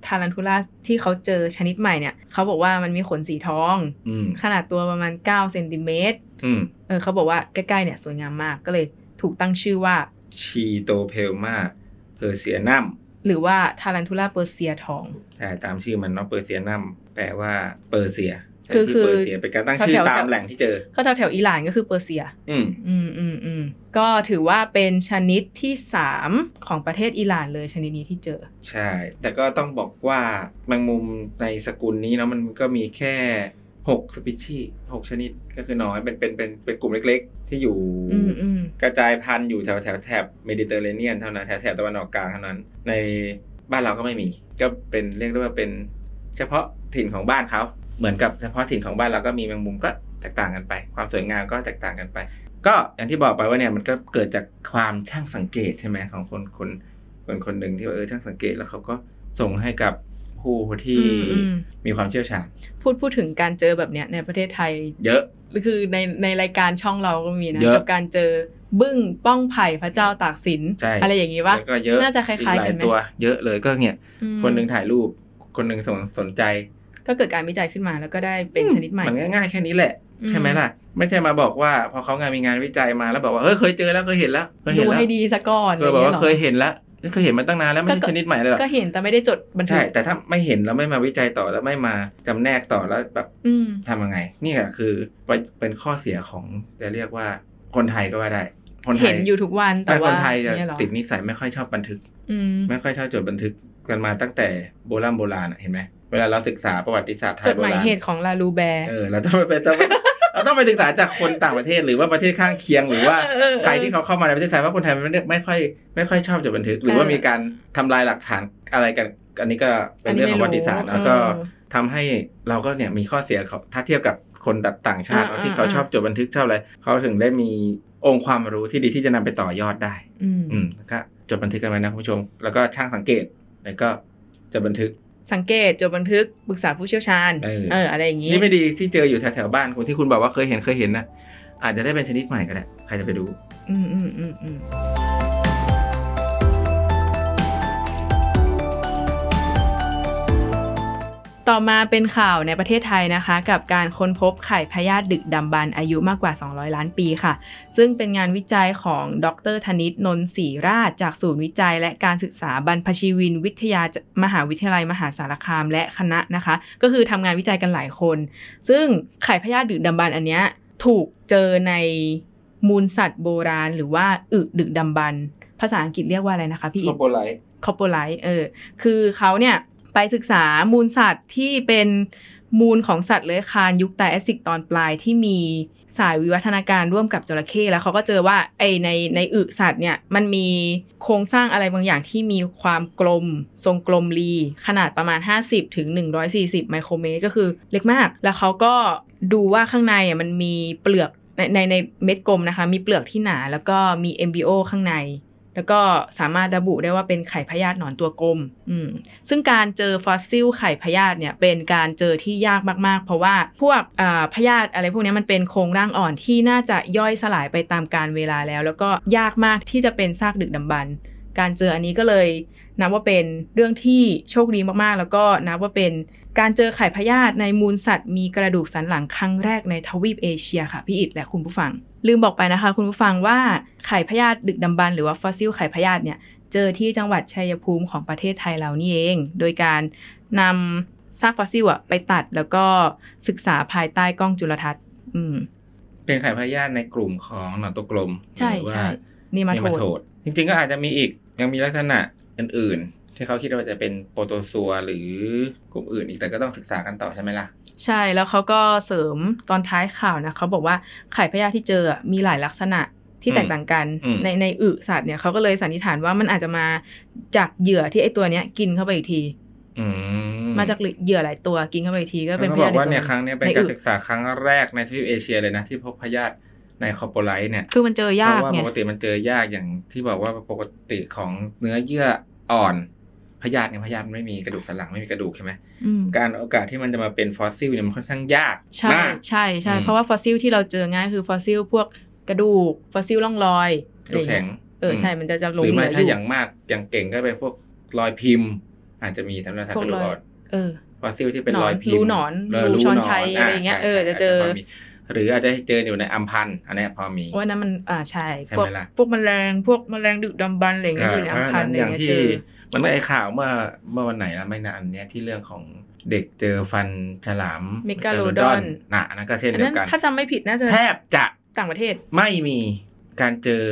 Speaker 1: ทารันทูล่าที่เขาเจอชนิดใหม่เนี่ย เขาบอกว่ามันมีขนสีทอง
Speaker 2: อืม
Speaker 1: ขนาดตัวประมาณ 9 เซนติเมตร
Speaker 2: อืม
Speaker 1: เออเขาบอกว่าใกล้ๆเนี่ยสวยงามมากก็เลยถูกตั้งชื่อว่า
Speaker 2: ชีโตเพลมาเพอร์เซียนัม
Speaker 1: หรือว่าทารันทูล่าเปอร์เซียทอง
Speaker 2: แต่ตามชื่อมันเนาะเปอร์เซียนัมแปลว่าเปอร์เซีย
Speaker 1: คือ
Speaker 2: ที่
Speaker 1: คือ
Speaker 2: เปอร์เซียเป็นการตั้งชื่อ
Speaker 1: แถวๆ
Speaker 2: ตามแหล่งที่เจอ
Speaker 1: ก็แถวๆอิหร่านก็คือเปอร์เซีย
Speaker 2: อืม
Speaker 1: อืมอืมอืมก็ถือว่าเป็นชนิดที่สามของประเทศอิหร่านเลยชนิดนี้ที่เจอ
Speaker 2: ใช่ แต่ก็ต้องบอกว่าแมงมุมในสกุลนี้เนาะมันก็มีแค่หกสปีชีหกชนิดก็คือน้อยเป็นเป็นเป็นเป็นกลุ่มเล็กๆ ที่อยู่
Speaker 1: อืมอืม
Speaker 2: กระจายพันธุ์อยู่แถวแถวแถบเมดิเตอร์เรเนียนเท่านั้นแถวแถบตะวันออกกลางเท่านั้น ในบ้านเราก็ไม่มี ก็เป็นเรียกได้ว่าเป็นเฉพาะถิ่นของบ้านเขา เหมือนกับเฉพาะถิ่นของบ้านเราก็มีแมงมุมก็แตกต่างกันไป ความสวยงามก็แตกต่างกันไป ก็อย่างที่บอกไปว่าเนี่ยมันก็เกิดจากความช่างสังเกตใช่ไหมของคนคนคนคนหนึ่งที่ว่าเออช่างสังเกตแล้วเขาก็ส่งให้กับผู้ที่
Speaker 1: อืมอืม
Speaker 2: มีความเชี่ยวชาญ
Speaker 1: พูดพูดถึงการเจอแบบเนี้ยในประเทศไทย
Speaker 2: เยอะ
Speaker 1: คือในในรายการช่องเราก็มีนะ
Speaker 2: เยอะ
Speaker 1: กับการเจอบึ้งป้องไผ่พระเจ้าตากสิน
Speaker 2: ใช่
Speaker 1: อะไรอย่างนี้ปะ
Speaker 2: แล้วก็เยอะ
Speaker 1: น่าจะคล้ายๆ
Speaker 2: อีหลา
Speaker 1: กั
Speaker 2: ย
Speaker 1: นไหม
Speaker 2: ตัว เยอะเลยก็เนี่ย
Speaker 1: อืม
Speaker 2: คนหนึ่งถ่ายรูป คนหนึ่งสนสนใจ
Speaker 1: ก็เกิดการวิจัยขึ้นมาแล้วก็ได้เป็นชนิดใหม่
Speaker 2: มันง่ายๆแค่นี้แหละ
Speaker 1: อืม
Speaker 2: ใช่ไหมล่ะ ไม่ใช่มาบอกว่า พอเขางานมีงานวิจัยมาแล้วบอกว่าเฮ้ยเคยเจอแล้วเคยเห็นแล้วเคยเห็
Speaker 1: ดู
Speaker 2: นแล้ว
Speaker 1: ให้ดีซะก่อนอะไร
Speaker 2: ก็
Speaker 1: อ
Speaker 2: บอก
Speaker 1: ย่างเงี้ห
Speaker 2: ว่าย
Speaker 1: รอ
Speaker 2: เคยเห็นแล้วเคยเห็นมาตั้งนานแล้วไม่ใช่
Speaker 1: ก็
Speaker 2: ชนิดใหม่เลยหรอก
Speaker 1: ก็เห็นแต่ไม่ได้จดบันทึ
Speaker 2: ใช่
Speaker 1: ก
Speaker 2: แต่ถ้าไม่เห็นแล้วไม่มาวิจัยต่อแล้วไม่มาจำแนกต่อแล้วแบบ
Speaker 1: อืม
Speaker 2: ทำยังไง นี่ก็คือเป็นข้อเสียของจะเรียกว่าคนไทยก็ว่าได้ คนไท
Speaker 1: เห็
Speaker 2: ย
Speaker 1: นอยู่ทุกวันแต่
Speaker 2: ไม่ค
Speaker 1: ว่าน
Speaker 2: ไทยจะ
Speaker 1: อางเงี้หรอ
Speaker 2: ติดนิสัยไม่ค่อยชอบบันทึก
Speaker 1: อืม
Speaker 2: ไม่ค่อยชอบจดบันทึกกันมาตั้งแต่โบราณโบราณอะเห็นไหมแม เวลาเราศึกษาประวัติศาสตร์ไท
Speaker 1: จ
Speaker 2: ย
Speaker 1: ด
Speaker 2: โบ
Speaker 1: หมาย
Speaker 2: ราณ
Speaker 1: เหตุของลาลูแบร์
Speaker 2: เออเราต้องไปต้องไปเราต้องไปศึกษาจากคนต่างประเทศหรือว่าประเทศข้างเคียงหรือว่า
Speaker 1: เออเออ
Speaker 2: ใครที่เขาเข้ามาในประเทศไทยเพราะคนไทยมันไม่ได้ไม่ค่อยไม่ค่อยชอบจดบันทึก หรือว่า
Speaker 1: เออ
Speaker 2: มีการทำลายหลักฐานอะไรกัน อันนี้ก็เป็นเรื่องของประวัติศาสตร์
Speaker 1: อันนี้
Speaker 2: แล้ว
Speaker 1: ไม่รู้
Speaker 2: ก็
Speaker 1: เออ
Speaker 2: ทำให้เราก็เนี่ยมีข้อเสียเขาถ้าเทียบกับคนแบบต่างชาติ
Speaker 1: อ่า
Speaker 2: เนอะที่เขา
Speaker 1: อ่า
Speaker 2: ชอบจดบันทึกชอบอะไรเขาถึงได้มีองค์ความรู้ที่ดีที่จะนำไปต่อยอดได้
Speaker 1: อืม
Speaker 2: อืมแล้วก็จดบันทึกกันไว้นะคุณผู้ชม แล้วก็ช่างสังเกตแล้วก็จดบันทึก
Speaker 1: สังเกตจดบันทึกปรึกษาผู้เชี่ยวชาญ
Speaker 2: เออ
Speaker 1: เอออะไรอย่างงี้
Speaker 2: นี่ไม่ดีที่เจออยู่แถวๆบ้านคุณที่คุณบอกว่าเคยเห็นเคยเห็นนะอาจจะได้เป็นชนิดใหม่ก็ได้ใครจะไปรู้
Speaker 1: อืมอืมอืมอืมต่อมาเป็นข่าวในประเทศไทยนะคะ กับการค้นพบไข่พยาธิดึกดำบรรพ์อายุมากกว่า 200 ล้านปีค่ะ ซึ่งเป็นงานวิจัยของดรธนิตนนท์ศรีราช จากศูนย์วิจัย และการศึกษาบรรพชีวินวิทยามหาวิทยาลัยมหาสารคามและคณะนะคะ ก็คือทำงานวิจัยกันหลายคน ซึ่งไข่พยาธิดึกดำบรรพ์อันเนี้ยถูกเจอในมูลสัตว์โบราณ หรือว่าอึดึกดำบรรพ์ภาษาอังกฤษเรียกว่าอะไรนะคะพี่อิฐ คอปโปไลท์เออ คือเขาเนี่ยไปศึกษามูลสัตว์ที่เป็นมูลของสัตว์เลื้อยคลานยุคไดแอสซิกตอนปลายที่มีสายวิวัฒนาการร่วมกับจระเข้แล้วเขาก็เจอว่าไอในในอึสัตว์เนี่ยมันมีโครงสร้างอะไรบางอย่างที่มีความกลม ทรงกลมรี ขนาดประมาณ 50 ถึง 140 ไมโครเมตรก็คือเล็กมาก แล้วเขาก็ดูว่าข้างในอ่ะมันมีเปลือกในในในเม็ดกลมนะคะ มีเปลือกที่หนาแล้วก็มีเอมบริโอข้างใน แล้วก็สามารถระบุได้ว่าเป็นไข่พยาธิหนอนตัวกลม อืม ซึ่งการเจอฟอสซิลไข่พยาธิเนี่ยเป็นการเจอที่ยากมาก ๆ เพราะว่าพวกอ่าพยาธิอะไรพวกเนี้ยมันเป็นโครงร่างอ่อนที่น่าจะย่อยสลายไปตามการเวลาแล้ว แล้วก็ยากมากที่จะเป็นซากดึกดำบรรพ์การเจออันนี้ก็เลยนับว่าเป็นเรื่องที่โชคดีมากๆ แล้วก็นับว่าเป็นการเจอไข่พยาธิในมูลสัตว์มีกระดูกสันหลังครั้งแรกในทวีปเอเชียค่ะพี่อิดและคุณผู้ฟัง ลืมบอกไปนะคะ คุณผู้ฟังว่าไข่พยาธิดึกดำบรรพ์หรือว่าฟอสซิลไข่พยาธิเนี่ย เจอที่จังหวัดชัยภูมิของประเทศไทยเรานี่เอง โดยการนำซากฟอสซิลอะไปตัดแล้วก็ศึกษาภายใต้กล้องจุลทรรศน์ อืม
Speaker 2: เป็นไข่พยาธิในกลุ่มของหนอนตัวกลม
Speaker 1: ใช่
Speaker 2: หรือว่า
Speaker 1: ใช่นี่มา
Speaker 2: นี่มา
Speaker 1: โท
Speaker 2: โท
Speaker 1: ษ
Speaker 2: ษจริงๆก็อาจจะมีอีกยังมีลักษณะอื่นๆ ที่เขาคิดว่าจะเป็นโปรโตซัวหรือกลุ่มอื่นอีกแต่ก็ต้องศึกษากันต่อใช่ไหมล่ะ
Speaker 1: ใช่แล้วเขาก็เสริมตอนท้ายข่าวนะเขาบอกว่าไข่พยาธิที่เจออะมีหลายลักษณะที่แตกต่างกัน
Speaker 2: อืม
Speaker 1: ในในอึสัตว์เนี่ยเขาก็เลยสันนิษฐานว่ามันอาจจะมาจากเหยื่อที่ไอตัวเนี้ยกินเข้าไปอีกที
Speaker 2: อื
Speaker 1: มาจากเหยื่อหลายตัวกินเข้าไปอีกทีก็เป็น
Speaker 2: เขา
Speaker 1: พ
Speaker 2: บ
Speaker 1: ยา
Speaker 2: อ
Speaker 1: ธิ
Speaker 2: กว่า
Speaker 1: ใตั
Speaker 2: เนี่ยครั้งเนี้ยเป็น
Speaker 1: ใน
Speaker 2: การ
Speaker 1: อึ
Speaker 2: ศึกษาครั้งแรกในทวีปเอเชียเลยนะ ที่พบพยาธิในคอโปไลท์เนี่ย
Speaker 1: คือมันเจอ
Speaker 2: เพ
Speaker 1: ยาก
Speaker 2: ราะว่า
Speaker 1: ไง
Speaker 2: ปกติมันเจอยากอย่างที่บอกว่าปกติของเนื้อเยื่ออ่อนพยาธิเนี่ยพยาธิมันไม่มีกระดูกสันหลังไม่มีกระดูกใช่ไหม
Speaker 1: อืม
Speaker 2: การโอกาสที่มันจะมาเป็นฟอสซิลเนี่ยมันค่อนข้างยาก
Speaker 1: ใช่
Speaker 2: มาก
Speaker 1: ใช่ใช่
Speaker 2: อืม
Speaker 1: เพราะว่าฟอสซิลที่เราเจอง่ายคือฟอสซิลพวกกระดูก ฟอสซิลร่องรอย
Speaker 2: กระดูกแข็ง
Speaker 1: เออใช่มันจะจะลง
Speaker 2: หรือไม่
Speaker 1: เหลื
Speaker 2: ถ้า
Speaker 1: ยู่
Speaker 2: อย่างมากอย่างเก่งก็เป็นพวกรอยพิมพ์ อาจจะมีทำลายสาร
Speaker 1: พว
Speaker 2: ก
Speaker 1: ก
Speaker 2: ระดูก
Speaker 1: รอย
Speaker 2: อ่อน
Speaker 1: เออ
Speaker 2: ฟอสซิลที่เป็น
Speaker 1: หนอน
Speaker 2: รอยพิมพ์
Speaker 1: รูหนอน
Speaker 2: เ
Speaker 1: รูช้อน
Speaker 2: ห
Speaker 1: ชัยอะไรอย่างเงี้ย
Speaker 2: า
Speaker 1: เออ
Speaker 2: ใช่
Speaker 1: จะเจอ
Speaker 2: ใช่าพมีหรืออาจจะเจออยู่ในอัมพันธ์อันเนี้ยพอมี
Speaker 1: ว่านั้นมันอ่าใช่
Speaker 2: ใช่
Speaker 1: พวก
Speaker 2: ไหมล่ะ
Speaker 1: พวกแมลงพวกแมลงดึกดำบรรพ์อะไรอย่างเงี้ยอยู่ในอัมพันธ์อะไร
Speaker 2: อ
Speaker 1: อย่าง ย่างเงี้ยเจ
Speaker 2: ที่
Speaker 1: อ
Speaker 2: มันไอข่าวเมื่อเมื่อวันไหนนะไม่นานเนี้ยที่เรื่องของเด็กเจอฟันฉลาม
Speaker 1: Megalodon
Speaker 2: น่ะอันนั่นก็เช่น
Speaker 1: อัน
Speaker 2: เดีย
Speaker 1: นั้น
Speaker 2: วกัน
Speaker 1: ถ้าจำไม่ผิดน่าจะ
Speaker 2: แทบจะ
Speaker 1: ต่างประเทศ
Speaker 2: ไม่มีการเจอ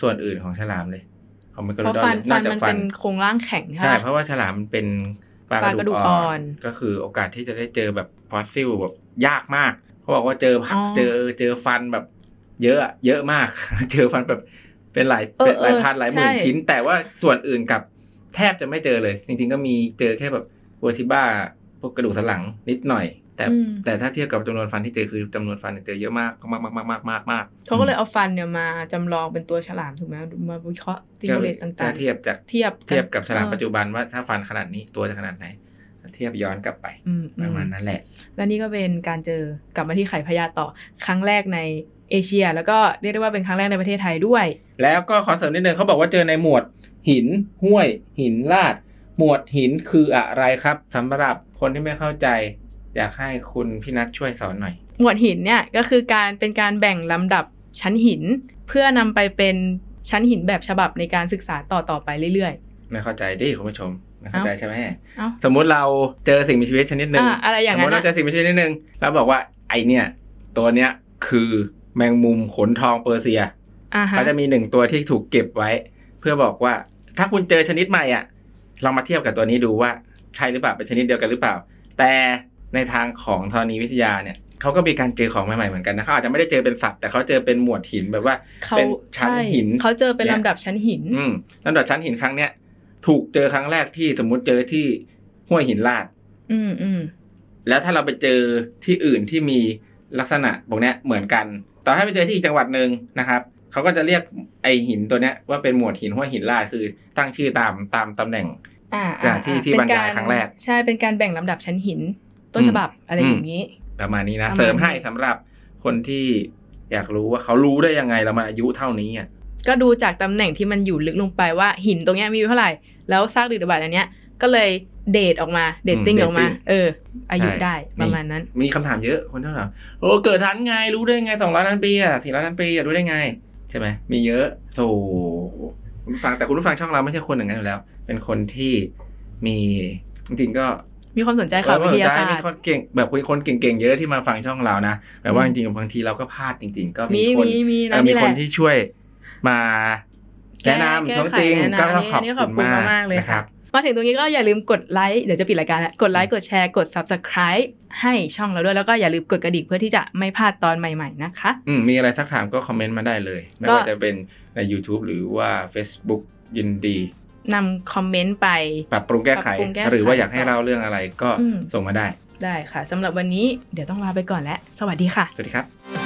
Speaker 2: ส่วนอื่นของฉลามเลยของเมกา
Speaker 1: เพ
Speaker 2: โล
Speaker 1: ราะ
Speaker 2: ดอ
Speaker 1: ฟั
Speaker 2: น
Speaker 1: น
Speaker 2: น
Speaker 1: ฟั
Speaker 2: อก
Speaker 1: น
Speaker 2: จาก
Speaker 1: มัน
Speaker 2: ฟั
Speaker 1: เป็น นโครงร่างแข็ง
Speaker 2: ใช่
Speaker 1: ใช่ปะ
Speaker 2: เพราะว่าฉลามมันเป็นปลา
Speaker 1: ปลาก ก
Speaker 2: ระ
Speaker 1: ระดู
Speaker 2: ดูก
Speaker 1: กอ่
Speaker 2: อ่อ
Speaker 1: อน
Speaker 2: น ก็คือโอกาสที่จะได้เจอแบบฟอสซิลแบบยากมากเขาบอกว่าเจอ
Speaker 1: อ๋อ
Speaker 2: เจอเจอฟันแบบเยอะอะเยอะมาก เจอฟันแบบเป็นหลาย
Speaker 1: เออ
Speaker 2: เป็นหลาย
Speaker 1: เออ
Speaker 2: พันหลายหมื่น
Speaker 1: ใช่
Speaker 2: ชิ้น แต่ว่าส่วนอื่นกลับแทบจะไม่เจอเลย จริงๆก็มีเจอแค่แบบวอร์ทิบ้าพวกกระดูกสันหลังนิดหน่อย แต่
Speaker 1: อืม
Speaker 2: แต่ถ้าเทียบกับจำนวนฟันที่เจอคือจำนวนฟันเนี่ยเจอเยอะมากมากมากมากมากมากมาก
Speaker 1: เขาก็เลยเอาฟันเนี่ยมาจำลองเป็นตัวฉลามถูกไหมมาวิเคราะห์ซิมูเลตต่าง
Speaker 2: จะเทียบจาก
Speaker 1: ๆ เทียบ
Speaker 2: เทียบกับฉลาม
Speaker 1: เออ
Speaker 2: ปัจจุบันว่าถ้าฟันขนาดนี้ตัวจะขนาดไหนเทียบย้อนกลับไป
Speaker 1: อืม
Speaker 2: ป
Speaker 1: อื
Speaker 2: ระมาณนั้นแหละ
Speaker 1: และนี่ก็เป็นการเจอกลับมาที่ไข่พยาธิต่อครั้งแรกในเอเชีย แล้วก็เรียกได้ว่าเป็นครั้งแรกในประเทศไทยด้วย
Speaker 2: แล้วก็ขอเสริมนิดนึงเขาบอกว่าเจอในหมวดหิน ห้วย หินลาด หมวดหินคืออะไรครับสำหรับคนที่ไม่เข้าใจ อยากให้คุณพี่นัทช่วยสอนหน่อย
Speaker 1: หมวดหินเนี่ยก็คือการเป็นการแบ่งลำดับชั้นหิน เพื่อนำไปเป็นชั้นหินแบบฉบับในการศึกษาต่อต่อๆไปเรื่อย
Speaker 2: ไม่เข้าใจดิคุณผู้ชมไม่เข้าใจใช่ไหม
Speaker 1: ๆ เอ้า
Speaker 2: สมมุติเราเจอสิ่งมีชีวิตชนิดหนึ่ง
Speaker 1: อ่ะอะไรอย่าง
Speaker 2: สม
Speaker 1: นั้น
Speaker 2: มติเรา
Speaker 1: อะ
Speaker 2: เจอสิ่งมีชีวิตชนิดหนึ่งแล้วบอกว่าไอเนี่ย ตัวเนี้ยคือแมงมุมขนทองเปอร์เซีย
Speaker 1: อ่าฮะ
Speaker 2: เขาจะมีหนึ่งตัวที่ถูกเก็บไว้ เพื่อบอกว่า ถ้าคุณเจอชนิดใหม่อ่ะลองมาเทียบกับตัวนี้ดูว่า ใช่หรือเปล่าเป็นชนิดเดียวกันหรือเปล่า แต่ในทางของธรณีวิทยาเนี่ยเขาก็มีการเจอของใหม่ๆเหมือนกันนะเขาอาจจะไม่ได้เจอเป็นสัตว์แต่เขาเจอเป็นหมวดหินแบบว่า
Speaker 1: เขา
Speaker 2: เป็นชั้น
Speaker 1: ใช่
Speaker 2: หิน
Speaker 1: เขาเจอเป็นลำดับชั้นหิน
Speaker 2: อืมลำดับชั้นหินครั้งเนี้ยถูกเจอครั้งแรกที่สมมุติเจอที่ห้วยหินลาด
Speaker 1: อืมอืม
Speaker 2: แล้วถ้าเราไปเจอที่อื่นที่มีลักษณะพวกเนี้ยเหมือนกัน ต่อให้ไปเจอที่อีกจังหวัดหนึ่งนะครับ เขาก็จะเรียกไอหินตัวเนี้ยว่าเป็นหมวดหินห้วยหินลาดคือตั้งชื่อตามตามตำแหน่ง
Speaker 1: อ่า
Speaker 2: จาก
Speaker 1: อ่า
Speaker 2: ที่
Speaker 1: อ่
Speaker 2: ที่บรรยายครั้งแรก
Speaker 1: เปนาใช่เป็นการแบ่งลำดับชั้นหิน ต้น
Speaker 2: อืม
Speaker 1: ฉบับอะไร
Speaker 2: อืม
Speaker 1: อย่างนี้
Speaker 2: ประมาณนี้นะ
Speaker 1: ประมาณนี้
Speaker 2: เสริมให้สำหรับคนที่อยากรู้ว่าเขารู้ได้ยังไงแล้วมันอายุเท่านี้อ่ะ
Speaker 1: ก็ดูจากตำแหน่งที่มันอยู่ลึกลงไปว่าหินตรงเนี้ยมีอยู่เท่าไหร่ แล้วซากดึกดำบรรพ์อันเนี้ยก็เลยเดทออกมาเดตติ้งออกมา เออ อายุได้ประมาณนั้น
Speaker 2: มีคำถามเยอะคนเท่าไหร่โอ้เกิดทันไงรู้ได้ไงสองร้อยล้านปีอ่ะสี่ร้อยล้านปีอ่ะรู้ได้ไง ใช่ไหมมีเยอะโถคุณผู้ฟังแต่คุณผู้ฟังช่องเราไม่ใช่คนอย่างนั้นอยู่แล้ว เป็นคนที่มีจริงๆก็
Speaker 1: มีความสนใจข่าววิทยาศาสต
Speaker 2: เออได้มี
Speaker 1: ร์
Speaker 2: คนเก่งแบบคุยคนเก่งๆเยอะที่มาฟังช่องเรานะแต่ว่า
Speaker 1: อืม
Speaker 2: จริงๆบางทีเราก็พลาดจริง ๆ ก็
Speaker 1: มี
Speaker 2: มีคน
Speaker 1: มีมี
Speaker 2: เอ
Speaker 1: นะ
Speaker 2: อมี
Speaker 1: นี่แห
Speaker 2: คน
Speaker 1: ละ
Speaker 2: ที่ช่วยมาแนะนำ
Speaker 1: แก้
Speaker 2: ช่องติง
Speaker 1: แก้ไข
Speaker 2: ก็ต้อง
Speaker 1: แนะนำ
Speaker 2: ขอบ
Speaker 1: นี่
Speaker 2: คุณมาก
Speaker 1: ขอบคุณมากๆเลย
Speaker 2: นะค
Speaker 1: ค่ะ
Speaker 2: รับ
Speaker 1: มาถึงตรงนี้ก็อย่าลืมกดไลค์เดี๋ยวจะปิดรายการแล้วกดไลค์กดแชร์กด subscribe ให้ช่องเราด้วย แล้วก็อย่าลืมกดกระดิ่งเพื่อที่จะไม่พลาดตอนใหม่ๆนะคะ
Speaker 2: อืมมีอะไรสักถามก็คอมเมนต์มาได้เลย ไม่
Speaker 1: ก็
Speaker 2: ว่าจะเป็นใน YouTube หรือว่า Facebook ยินดี
Speaker 1: นำคอมเมนต์ไป
Speaker 2: ปรับปรุงแก้ไข
Speaker 1: ปรับปรุงแก้ไข
Speaker 2: หรือว่าอยากให้เล่าเรื่องอะไรก็
Speaker 1: อืม
Speaker 2: ส่งมาได้
Speaker 1: ได้ค่ะสำหรับวันนี้เดี๋ยวต้องลาไปก่อนแล้ว สวัสดีค่ะ
Speaker 2: สวัสดีครับ